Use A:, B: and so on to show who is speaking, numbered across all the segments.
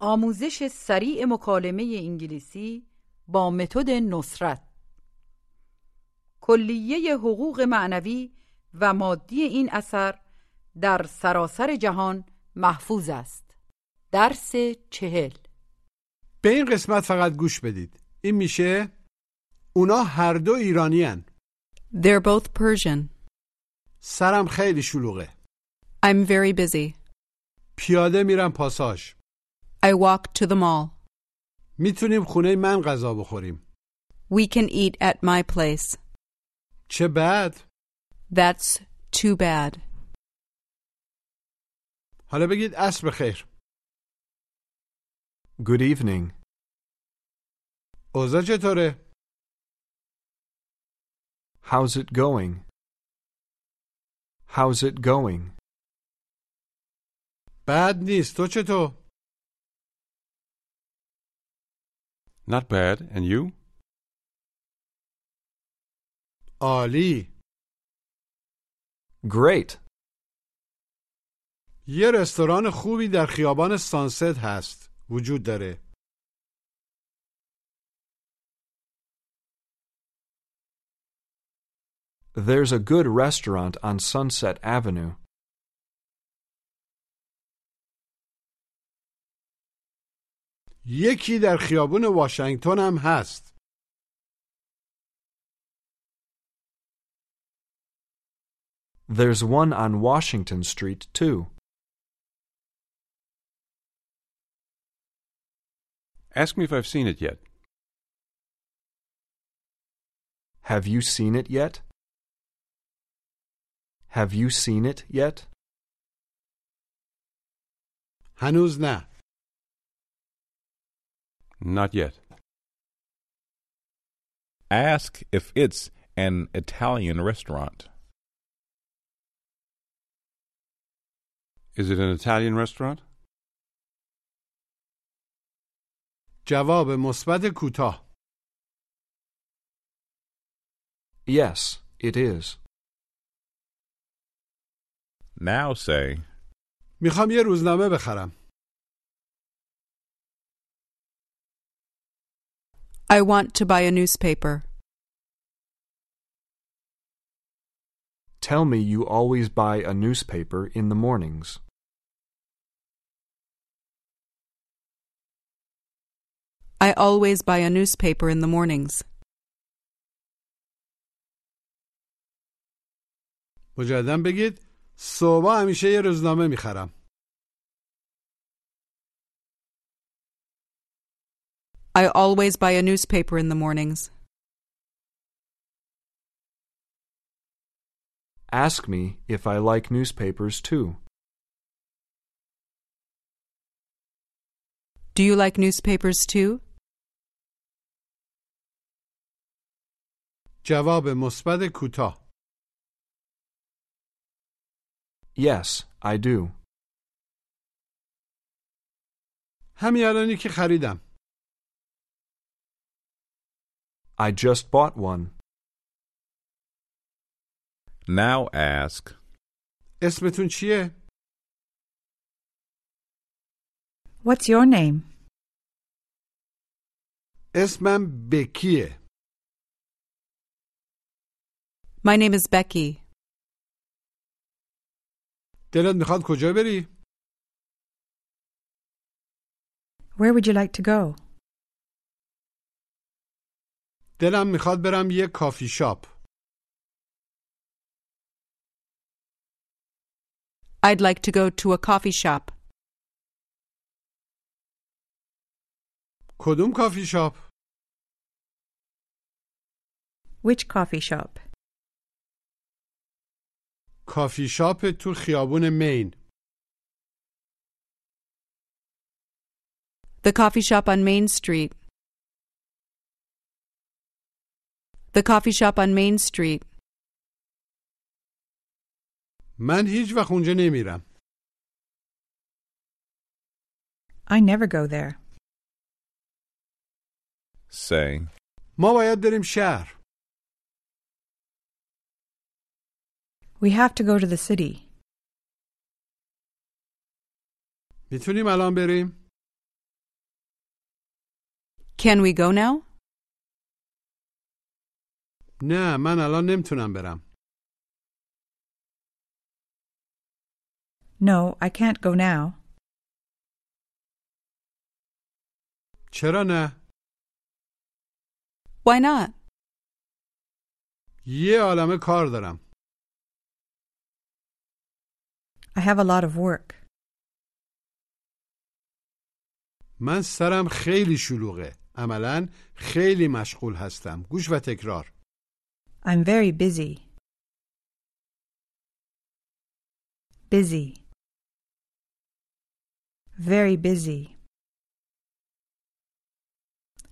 A: آموزش سریع مکالمه انگلیسی با متد نصرت کلیه حقوق معنوی و مادی این اثر در سراسر جهان محفوظ است درس چهل
B: به این قسمت فقط گوش بدید این میشه اونا هر دو ایرانی هن.
C: They're both Persian.
B: سرم خیلی شلوغه
C: I'm very busy.
B: پیاده میرم پاساژ
C: I walk to the mall.
B: میتونیم خونه من غذا بخوریم
C: We can eat at my place.
B: چه بد
C: That's too bad.
B: حالا بگید عصر بخیر
D: Good evening.
B: اوضاع چطوره
D: How's it going? How's it going?
B: بد نیست تو چطور
E: Not bad, and you?
B: عالی
D: Great.
B: یه رستوران خوبی در خیابان سانست هست وجود داره
D: There's a good restaurant on Sunset Avenue.
B: یکی در خیابون واشنگتن هم هست
D: There's one on Washington Street, too.
E: Ask me if I've seen it yet.
D: Have you seen it yet? Have you seen it yet?
B: هنوز نه
E: Not yet.
F: Ask if it's an Italian restaurant.
E: Is it an Italian restaurant?
B: جواب مثبت کوتاه
D: Yes, it is.
F: Now say,
B: میخوام یه روزنامه بخرم
C: I want to buy a newspaper.
D: Tell me you always buy a newspaper in the mornings.
C: I always buy a newspaper in the mornings.
B: مجددا بگید صبح همیشه یه روزنامه میخرم
C: I always buy a newspaper in the mornings.
D: Ask me if I like newspapers, too.
C: Do you like newspapers too?
B: جواب مثبت کوتاه
D: Yes, I do.
B: همین الانی که خریدم
D: I just bought one.
F: now ask,
B: اسمتون چیه؟
G: What's your name?
B: اسمم بکیه
C: My name is Becky.
B: دلت میخواد کجا بری؟
G: Where would you like to go?
B: دلم میخواد برم یه کافی شاپ
C: I'd like to go to a coffee shop.
B: کدوم کافی شاپ؟
G: Which coffee shop?
B: کافی شاپ تو خیابون مین
C: The coffee shop on Main Street. The coffee shop on Main Street.
B: من هیچ وقت اونجا نمیرم
G: I never go there.
F: say,
B: ما باید بریم شهر
G: We have to go to the city.
B: میتونیم الان بریم؟
C: Can we go now?
B: نه من الان نمیتونم برم
G: No, I can't go now.
B: چرا نه؟
C: Why not?
B: یه عالمه کار دارم
G: I have a lot of work.
B: من سرم خیلی شلوغه عملا خیلی مشغول هستم گوش و تکرار
G: I'm very busy. Busy. Very busy.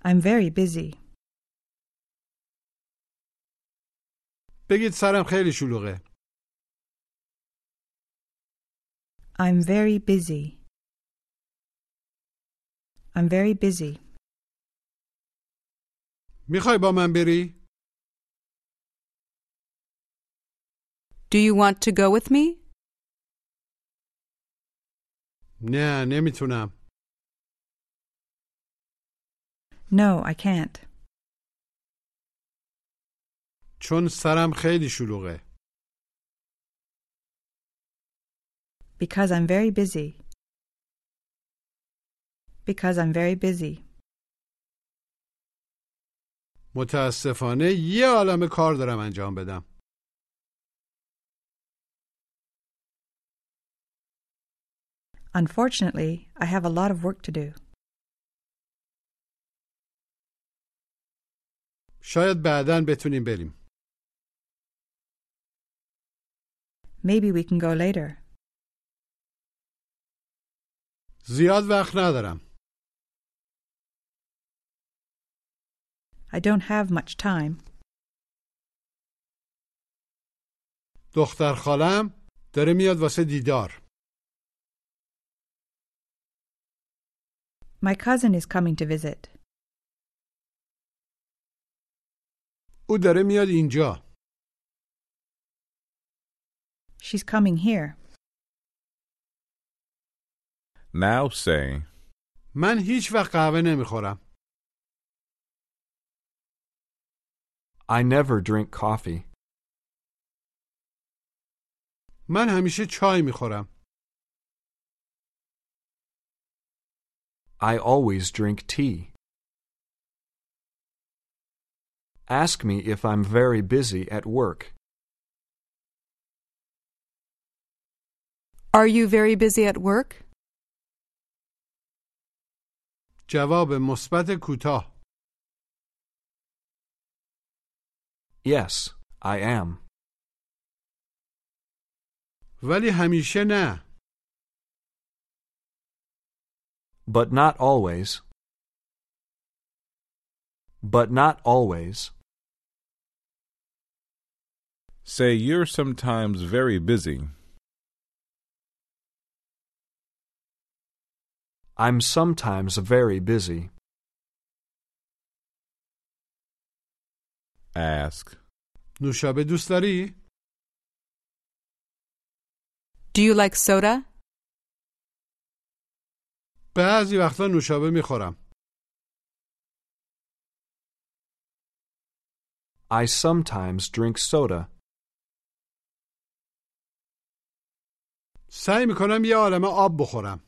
G: I'm very busy.
B: بگید سرم خیلی شلوغه
G: I'm very busy. I'm very busy.
B: میخوای با من بری؟
C: Do you want to go with me?
B: نه نمیتونم
G: No, I can't.
B: چون سرم خیلی شلوغه
G: Because I'm very busy. Because I'm very busy.
B: متاسفانه یه عالمه کار دارم انجام بدم
G: Unfortunately, I have a lot of work to do.
B: شاید بعدا بتونیم بریم
G: Maybe we can go later.
B: زیاد وقت ندارم
G: I don't have much time.
B: دختر خالم داره میاد واسه دیدار
G: My cousin is coming to visit.
B: او داره میاد اینجا
G: She's coming here.
F: Now say,
B: من هیچ وقت قهوه نمیخورم
D: I never drink coffee.
B: من همیشه چای میخورم
D: I always drink tea. Ask me if I'm very busy at work.
C: Are you very busy at work?
B: جواب مثبت کوتاه
D: Yes, I am.
B: ولی همیشه نه
D: But not always. But not always.
F: say you're sometimes very busy.
D: I'm sometimes very busy.
F: Ask,
B: نوشابه دوست داری
C: Do you like soda?
B: بعضی وقتا نوشابه میخورم
D: I sometimes drink soda.
B: سعی میکنم یه عالمه آب بخورم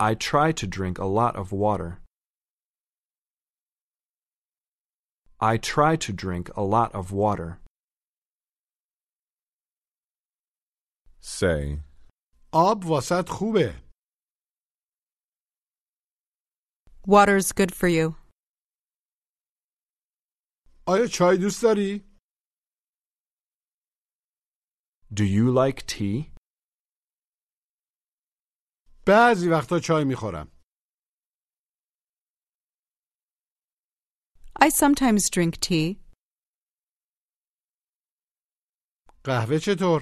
D: I try to drink a lot of water. I try to drink a lot of water.
F: say,
B: آب واسط خوبه
C: Water's good for you.
B: آیا چای دوست داری
D: Do you like tea?
B: بعضی وقتا چای میخورم
C: I sometimes drink tea.
B: قهوه چطور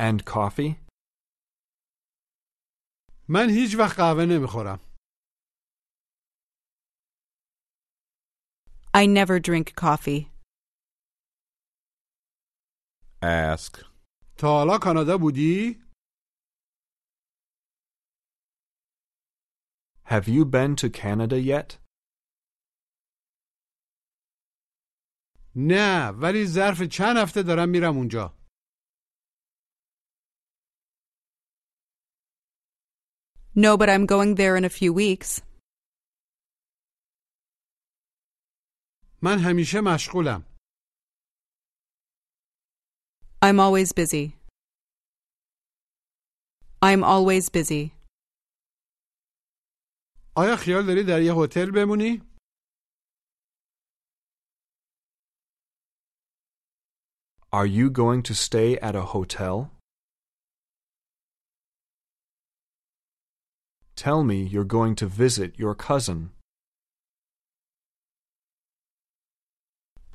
D: And coffee?
B: من هیچ وقت قهوه نمیخورم
C: I never drink coffee.
F: ask.
B: تا حالا کانادا بودی
D: Have you been to Canada yet?
B: نه ولی ظرف چند هفته دارم میرم اونجا
C: No, but I'm going there in a few weeks.
B: من همیشه مشغولم
C: I'm always busy. I'm always busy.
B: آیا خیال داری در یه هتل بمونی؟
D: Are you going to stay at a hotel? Tell me you're going to visit your cousin.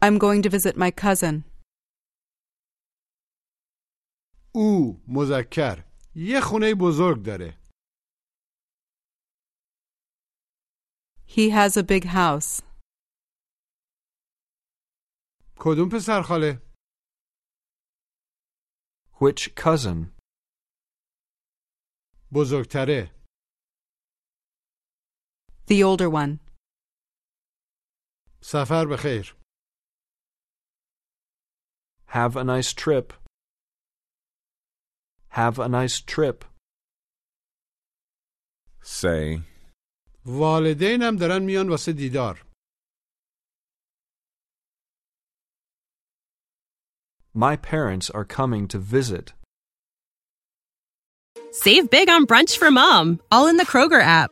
C: I'm going to visit my cousin.
B: او مذکر یه خونه بزرگ داره
C: He has a big house.
B: کدوم پسر خاله؟
D: Which cousin?
B: بزرگتره
C: The older one.
B: سفر به خیر
D: Have a nice trip. Have a nice trip.
F: Say,
B: والدینم دارن میان واسه دیدار
D: My parents are coming to visit.
H: Save big on brunch for mom, all in the Kroger app.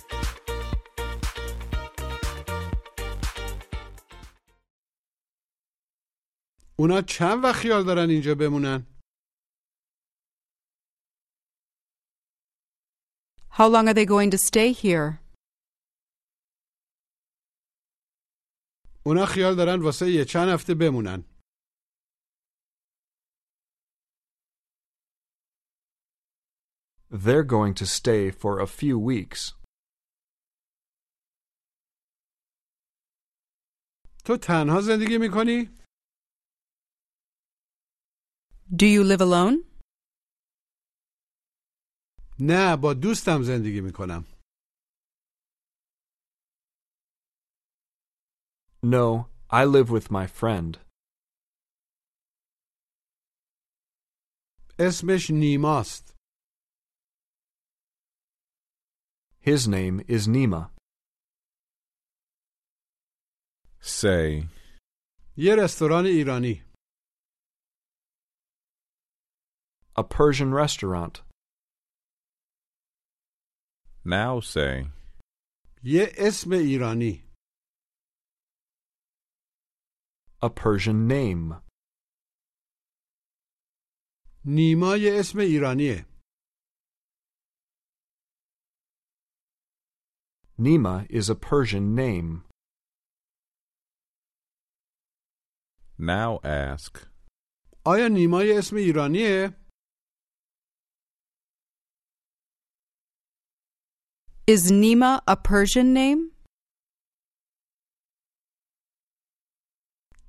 B: اونا چند وقت خیال دارن اینجا بمونن؟
C: How long are they going to stay here?
B: اونا خیال دارن واسه یه چند هفته بمونن
D: They're going to stay for a few weeks.
B: تو تنها زندگی میکنی؟
C: Do you live alone?
B: نه با دوستم زندگی میکنم
D: No, I live with my friend.
B: اسمش نیماست
D: His name is Nima.
F: say,
B: یه رستوران ایرانی
D: a Persian restaurant.
F: now say,
B: یه اسم ایرانی
D: A Persian name.
B: نیما یه اسم ایرانیه
D: Nima is a Persian name.
F: now ask,
B: آیا نیما یه اسم ایرانیه؟
C: Is Nima a Persian name?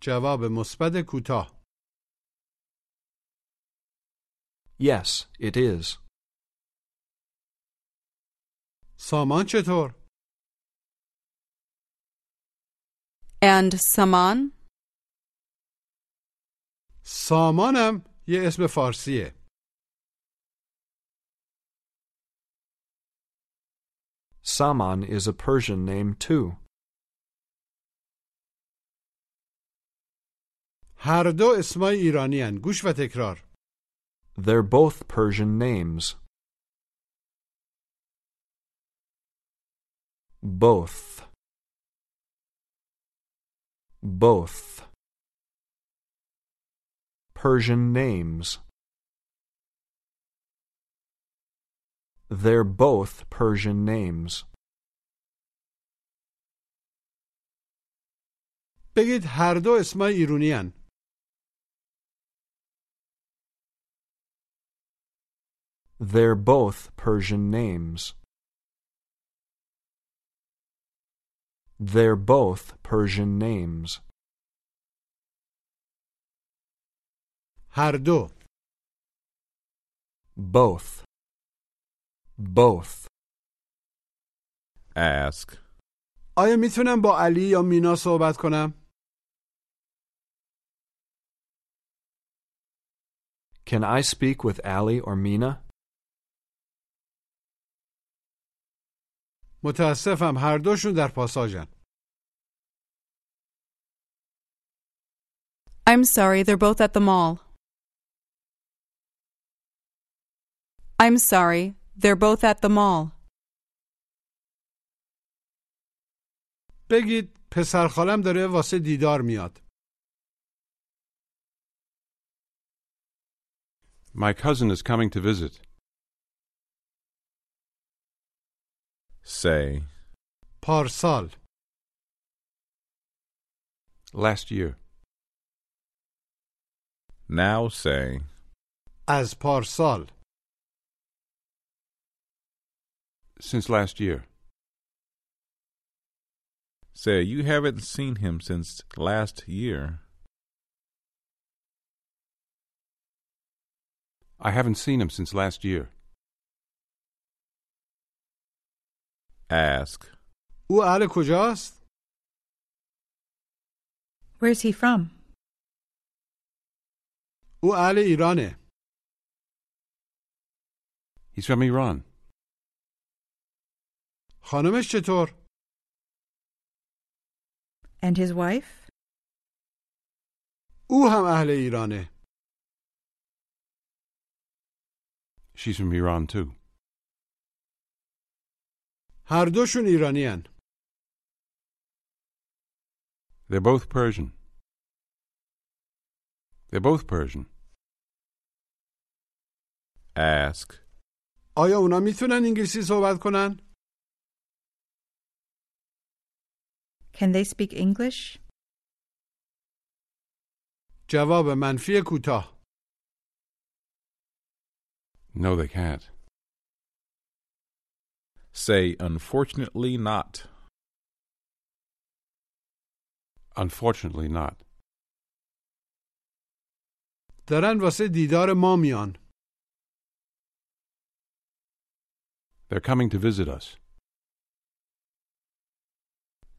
B: جواب مثبت کوتاه
D: Yes, it is.
B: سامان چطور؟
C: And Saman?
B: سامانم یه اسم فارسیه
D: Saman is a Persian name too.
B: هر دو اسمای ایرانی هن. گوش و تکرار
D: They're both Persian names. Both. Both. Persian names. They're both Persian names.
B: بگید هر دو اسمای ایرانی هن.
D: They're both Persian names. They're both Persian names.
B: هر دو
D: Both. Both.
F: Ask.
B: آیا میتونم با علی یا مینا صحبت کنم؟
D: Can I speak with Ali or Mina?
B: متاسفم هر دوشون در پاساژن
C: I'm sorry, they're both at the mall. I'm sorry, they're both at the mall.
B: بگید پسر خالم داره واسه دیدار میاد
E: My cousin is coming to visit.
F: Say.
B: پارسال
E: Last year.
F: Now say.
B: از پارسال
E: Since last year.
F: Say you haven't seen him since last year.
E: I haven't seen him since last year.
F: Ask.
B: او اهل کجاست؟
G: Where's he from?
B: او اهل ایرانه
E: He's from Iran.
B: خانمش چطور؟
G: And his wife?
B: او هم اهل ایرانه
E: She's from Iran too.
B: هر دوشون ایرانی هن.
E: They're both Persian. They're both Persian.
F: Ask.
B: آیا اونا میتونن انگلیسی صحبت کنن؟
G: Can they speak English?
B: جواب منفی کوتاه
E: No, they can't.
F: Say unfortunately not.
E: Unfortunately not.
B: دارن واسه دیدار ما میان
E: They're coming to visit us.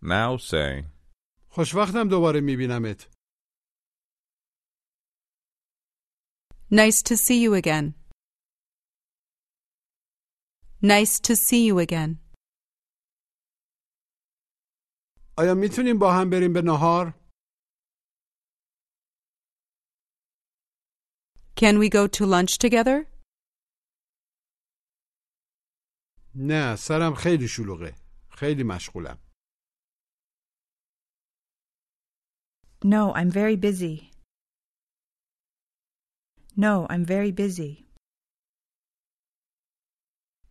F: Now say.
B: خوشوقتم دوباره میبینمت
C: Nice to see you again. Nice to see you again.
B: آیا میتونیم با هم بریم به نهار؟
C: Can we go to lunch together?
B: نه سرم خیلی شلوغه خیلی مشغولم
G: No, I'm very busy. No, I'm very busy.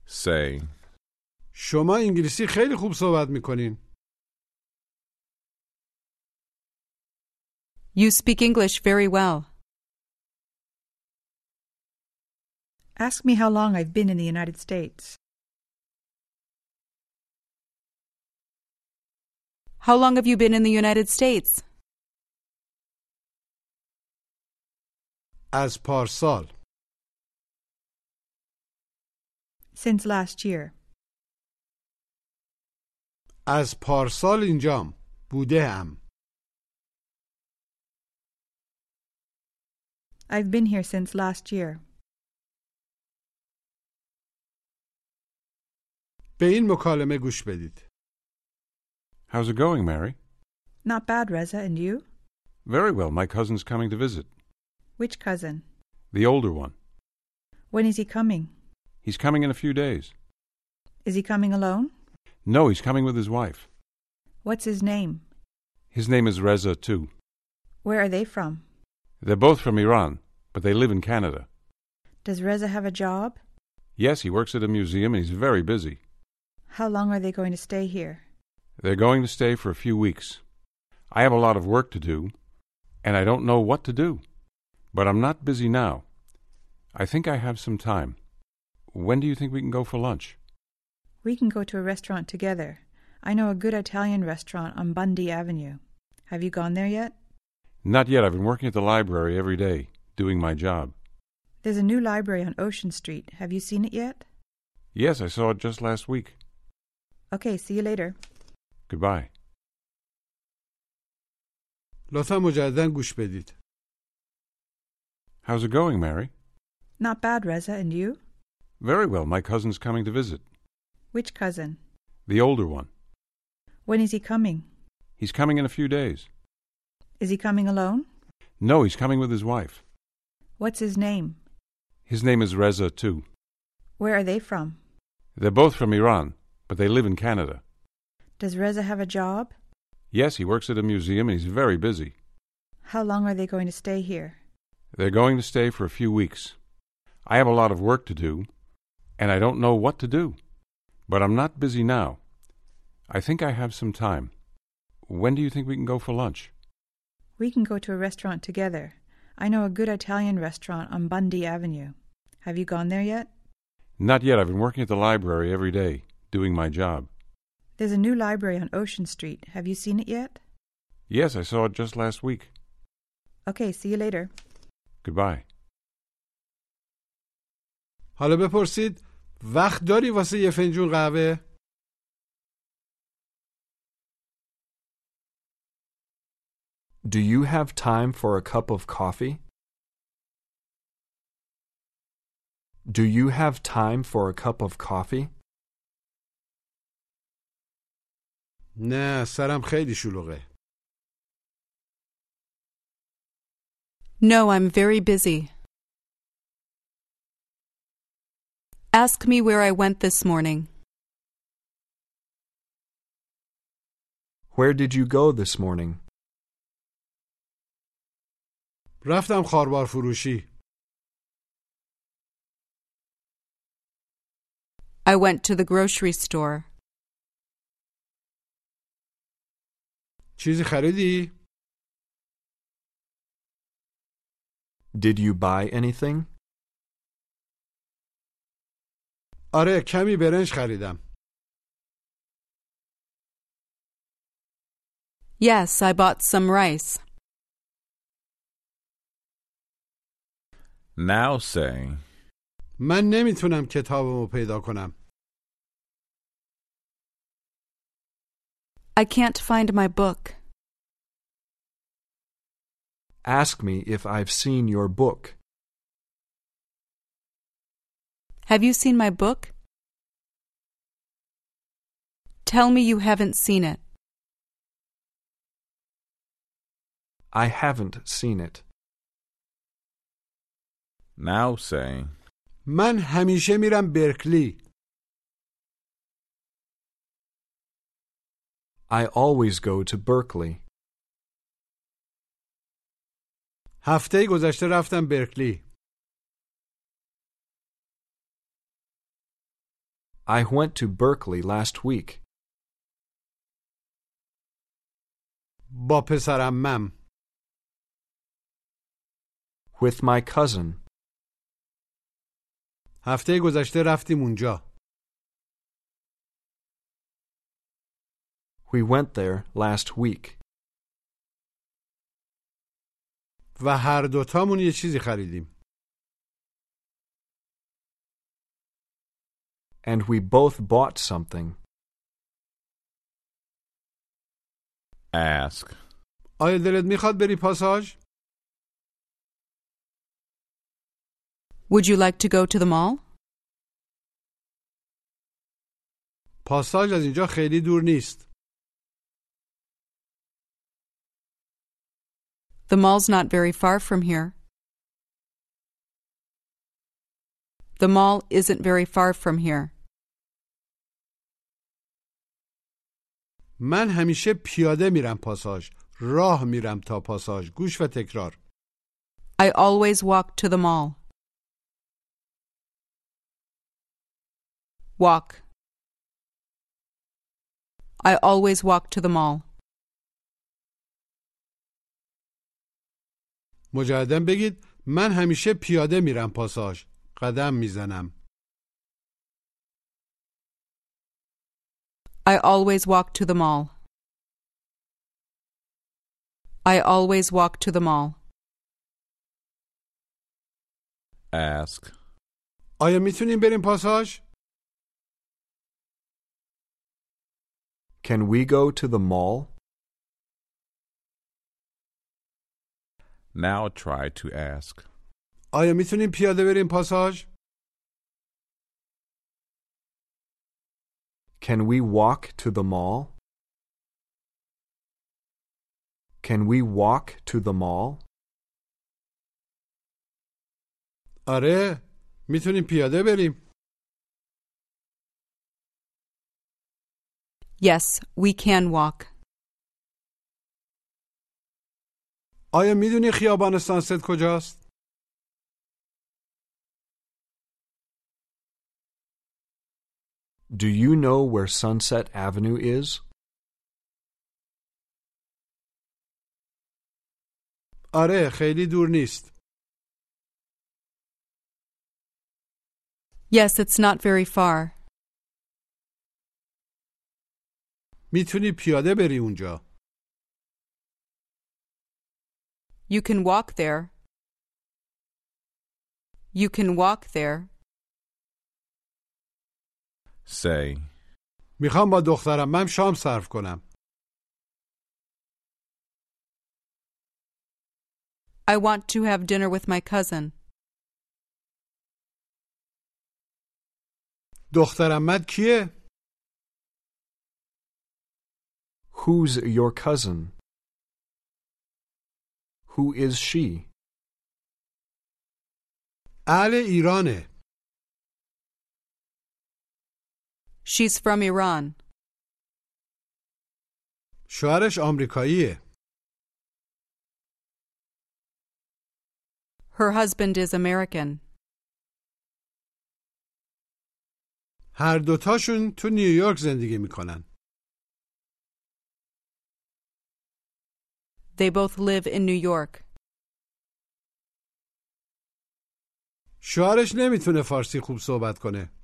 F: Say.
B: شما انگلیسی خیلی خوب صحبت میکنین
C: You speak English very well.
G: Ask me how long I've been in the United States.
C: How long have you been in the United States?
B: از پارسال
G: Since last year.
B: از پارسال اینجام بوده ام
G: I've been here since last year.
B: به این مکالمه گوش بدید
E: How's it going, Mary?
G: Not bad, Reza, and you?
E: Very well. My cousin's coming to visit.
G: Which cousin?
E: The older one.
G: When is he coming?
E: He's coming in a few days.
G: Is he coming alone?
E: No, he's coming with his wife.
G: What's his name?
E: His name is Reza, too.
G: Where are they from?
E: They're both from Iran, but they live in Canada.
G: Does Reza have a job?
E: Yes, he works at a museum and he's very busy.
G: How long are they going to stay here?
E: They're going to stay for a few weeks. I have a lot of work to do, and I don't know what to do. But I'm not busy now. I think I have some time. When do you think we can go for lunch?
G: We can go to a restaurant together. I know a good Italian restaurant on Bundy Avenue. Have you gone there yet?
E: Not yet. I've been working at the library every day, doing my job.
G: There's a new library on Ocean Street. Have you seen it yet?
E: Yes, I saw it just last week.
G: Okay, see you later.
E: Goodbye.
B: لطفا مجددا گوش بدید
E: How's it going, Mary?
G: Not bad, Reza, and you?
E: Very well. My cousin's coming to visit.
G: Which cousin?
E: The older one.
G: When is he coming?
E: He's coming in a few days.
G: Is he coming alone?
E: No, he's coming with his wife.
G: What's his name?
E: His name is Reza, too.
G: Where are they from?
E: They're both from Iran, but they live in Canada.
G: Does Reza have a job?
E: Yes, he works at a museum and he's very busy.
G: How long are they going to stay here?
E: They're going to stay for a few weeks. I have a lot of work to do, and I don't know what to do. But I'm not busy now. I think I have some time. When do you think we can go for lunch?
G: We can go to a restaurant together. I know a good Italian restaurant on Bundy Avenue. Have you gone there yet?
E: Not yet. I've been working at the library every day, doing my job.
G: There's a new library on Ocean Street. Have you seen it yet?
E: Yes, I saw it just last week.
G: Okay, see you later.
E: Goodbye.
B: حالا بپرسید وقت داری واسه یه فنجون قهوه؟
D: Do you have time for a cup of coffee? Do you have time for a cup of coffee?
B: نه سرم خیلی شلوغه
C: No, I'm very busy. Ask me where I went this morning.
D: Where did you go this morning?
B: رفتم خاربار فروشی
C: I went to the grocery store.
B: چیزی خریدی؟
D: Did you buy anything?
B: آره کمی برنج خریدم
C: Yes, I bought some rice.
F: Now say,
B: من نمیتونم کتابمو پیدا کنم
C: I can't find my book.
D: Ask me if I've seen your book.
C: Have you seen my book? Tell me you haven't seen it.
D: I haven't seen it.
F: now say,
B: من همیشه میرم برکلی
D: I always go to Berkeley.
B: هفته گذشته رفتم برکلی
D: I went to Berkeley last week
B: با پسرم مم
D: with my cousin.
B: هفته گذشته رفتیم اونجا
D: We went there last week.
B: و هر دوتامون یه چیزی خریدیم
D: and we both bought something.
F: ask,
B: آیا دلت میخواد بری پاساژ؟
C: Would you like to go to the mall?
B: پاساژ از اینجا خیلی دور نیست
C: The mall's not very far from here. The mall isn't very far from here.
B: من همیشه پیاده میرم پاساژ راه میرم تا پاساژ گوش و تکرار
C: I always walk to the mall. Walk. I always walk to the mall.
B: مجددا بگید من همیشه پیاده میرم پاساژ قدم میزنم
C: I always walk to the mall. I always walk to the mall.
F: Ask.
B: آیا میتونیم بریم پاساژ؟
D: Can we go to the mall?
F: Now try to ask.
B: آیا میتونیم پیاده بریم پاساژ؟
D: Can we walk to the mall? Can we walk to the mall?
B: آره میتونیم پیاده بریم
C: Yes, we can walk.
B: آیا میدونی خیابان سانست کجاست؟
D: Do you know where Sunset Avenue is?
B: آره خیلی دور نیست
C: Yes, it's not very far.
B: میتونی پیاده بری اونجا
C: You can walk there. You can walk there.
F: Say.
B: میخوام با دخترم من شام صرف کنم
C: I want to have dinner with my cousin.
B: دخترم مد کیه؟
D: Who's your cousin? Who is she?
B: اهل ایرانه
C: She's from Iran.
B: شوهرش آمریکاییه
C: Her husband is American.
B: هر دوتاشون تو نیویورک زندگی میکنن
C: They both live in New York.
B: شوهرش نمیتونه فارسی خوب صحبت کنه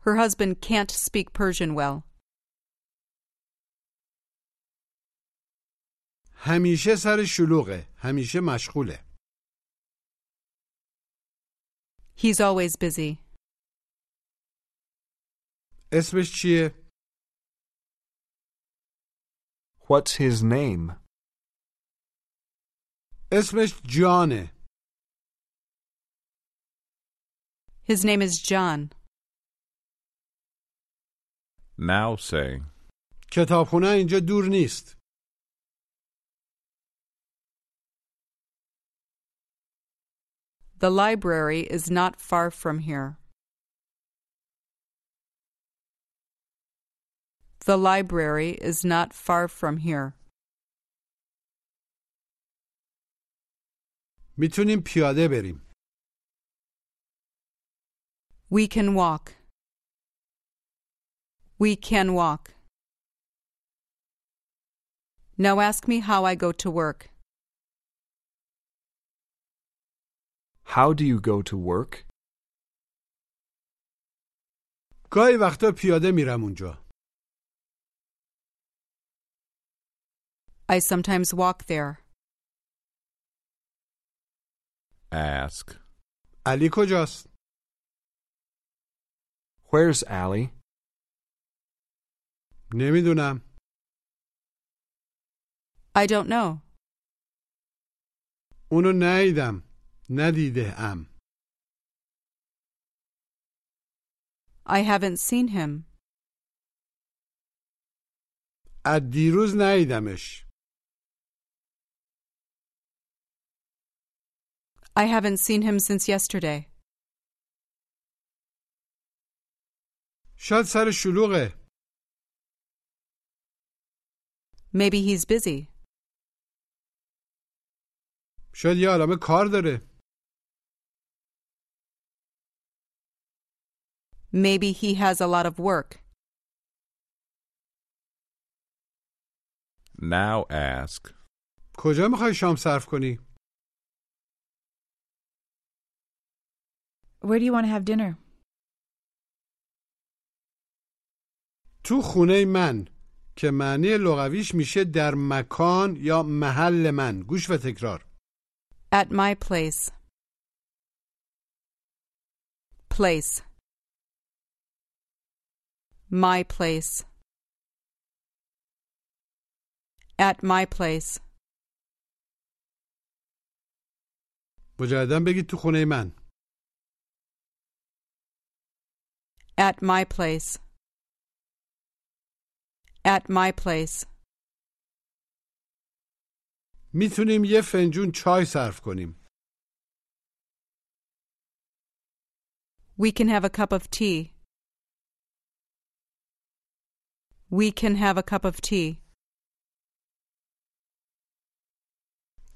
C: Her husband can't speak Persian well.
B: همیشه سر شلوغه همیشه مشغوله
C: He's always busy.
B: اسمش چیه؟
D: What's his name?
B: اسمش جانه
C: His name is John.
F: Now say.
B: کتابخونه اینجا دور نیست
C: The library is not far from here. The library is not far from here.
B: میتونیم پیاده بریم
C: We can walk. We can walk. Now ask me how I go to work.
D: How do you go to work?
B: گاهی وقتا پیاده میرم اونجا
C: I sometimes walk there.
F: Ask.
B: علی کجاست؟
D: Where's Allie?
B: نمیدونم
C: I don't know.
B: اونو ندیدم ندیده ام
C: I haven't seen him.
B: از دیروز ندیدمش
C: I haven't seen him since yesterday.
B: شاید سر شلوغه
C: Maybe he's busy.
B: شاید یه عالمه کار داره
C: Maybe he has a lot of work.
F: Now ask.
B: کجا میخوای شام صرف کنی؟
G: Where do you want to have dinner?
B: تو خونه من که معنی لغویش میشه در مکان یا محل من گوش و تکرار
C: At my place. Place. My place. At my place.
B: مجددا بگید تو خونه من
C: At my place. At my place.
B: میتونیم یه فنجون چای صرف کنیم
C: We can have a cup of tea. We can have a cup of tea.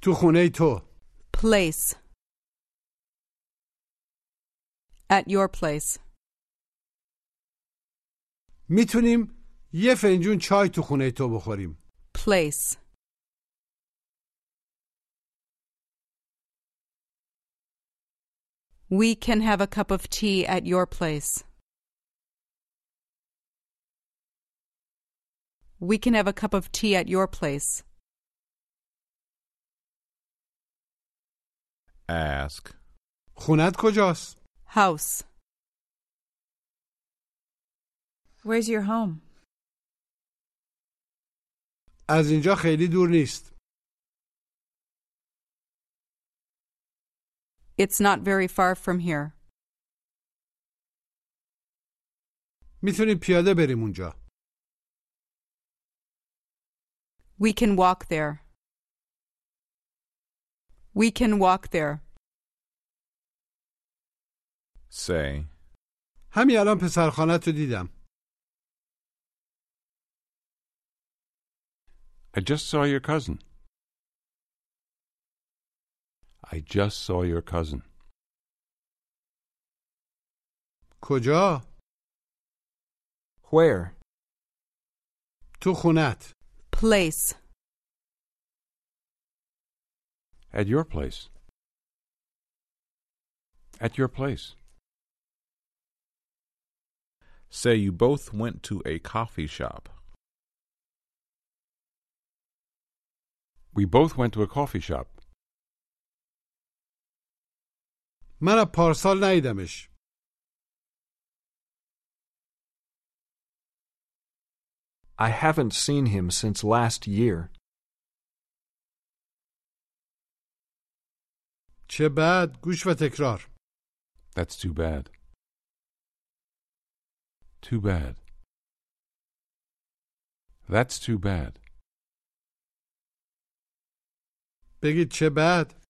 B: تو خونه تو
C: Place. At your place.
B: میتونیم یه فنجون چای تو خونه تو بخوریم
C: Place. We can have a cup of tea at your place. We can have a cup of tea at your place.
F: Ask.
B: خونت کجاست
C: House.
G: Where's your home?
B: از اینجا خیلی دور نیست
C: It's not very far from here.
B: میتونیم پیاده بریم اونجا
C: We can walk there. We can walk there.
F: Say.
B: همین الان پسرخانت رو دیدم
E: I just saw your cousin. I just saw your cousin.
B: کجا
D: Where?
B: تو خونت
C: Place.
E: At your place. At your place.
F: Say you both went to a coffee shop.
E: We both went to a coffee shop.
B: من از پارسال ندیدمش
D: I haven't seen him since last year.
B: چه بد گوش و تکرار
E: That's too bad. Too bad. That's too bad.
B: بگید چه بد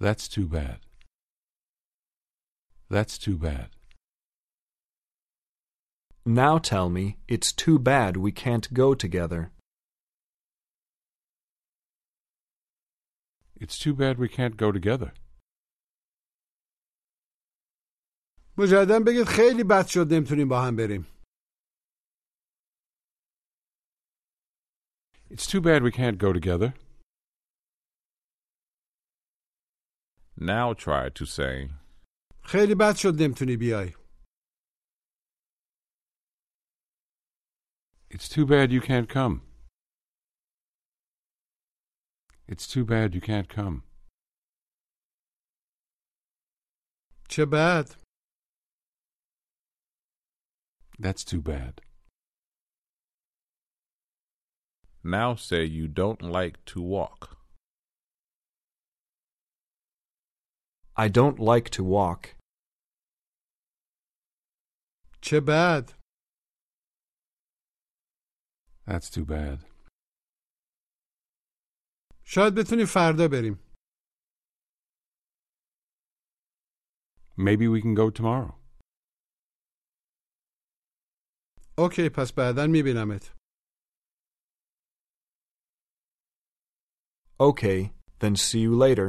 E: That's too bad. That's too bad.
D: Now tell me, it's too bad we can't go together.
E: It's too bad we can't go together.
B: مجددا بگید خیلی بد شد نمیتونیم با هم بریم
E: It's too bad we can't go together.
F: Now try to say.
B: خیلی بد شد نمیتونی بیای
E: It's too bad you can't come. It's too bad you can't come.
B: چه بد
E: That's too bad.
F: Now say you don't like to walk.
D: I don't like to walk.
B: چه بد
E: That's too bad.
B: شاید بتونیم فردا بریم
E: Maybe we can go tomorrow.
B: اوکی پس بعدا میبینمت
D: Okay, then see you later.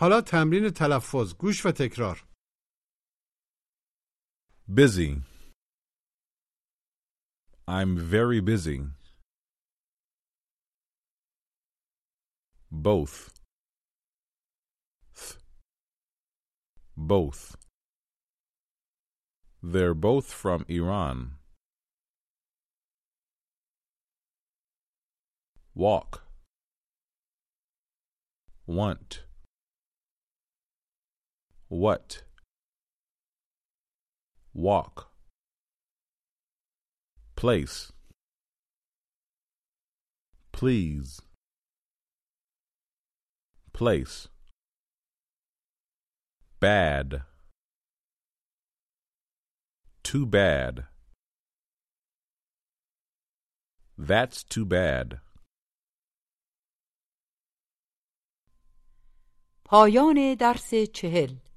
B: حالا تمرین تلفظ گوش و تکرار
F: Busy. I'm very busy. Both. Th. Both. They're both from Iran. Walk. Want. What? Walk. Place. Please. Place. Bad. Too bad. That's too bad.
C: پایان درس چهل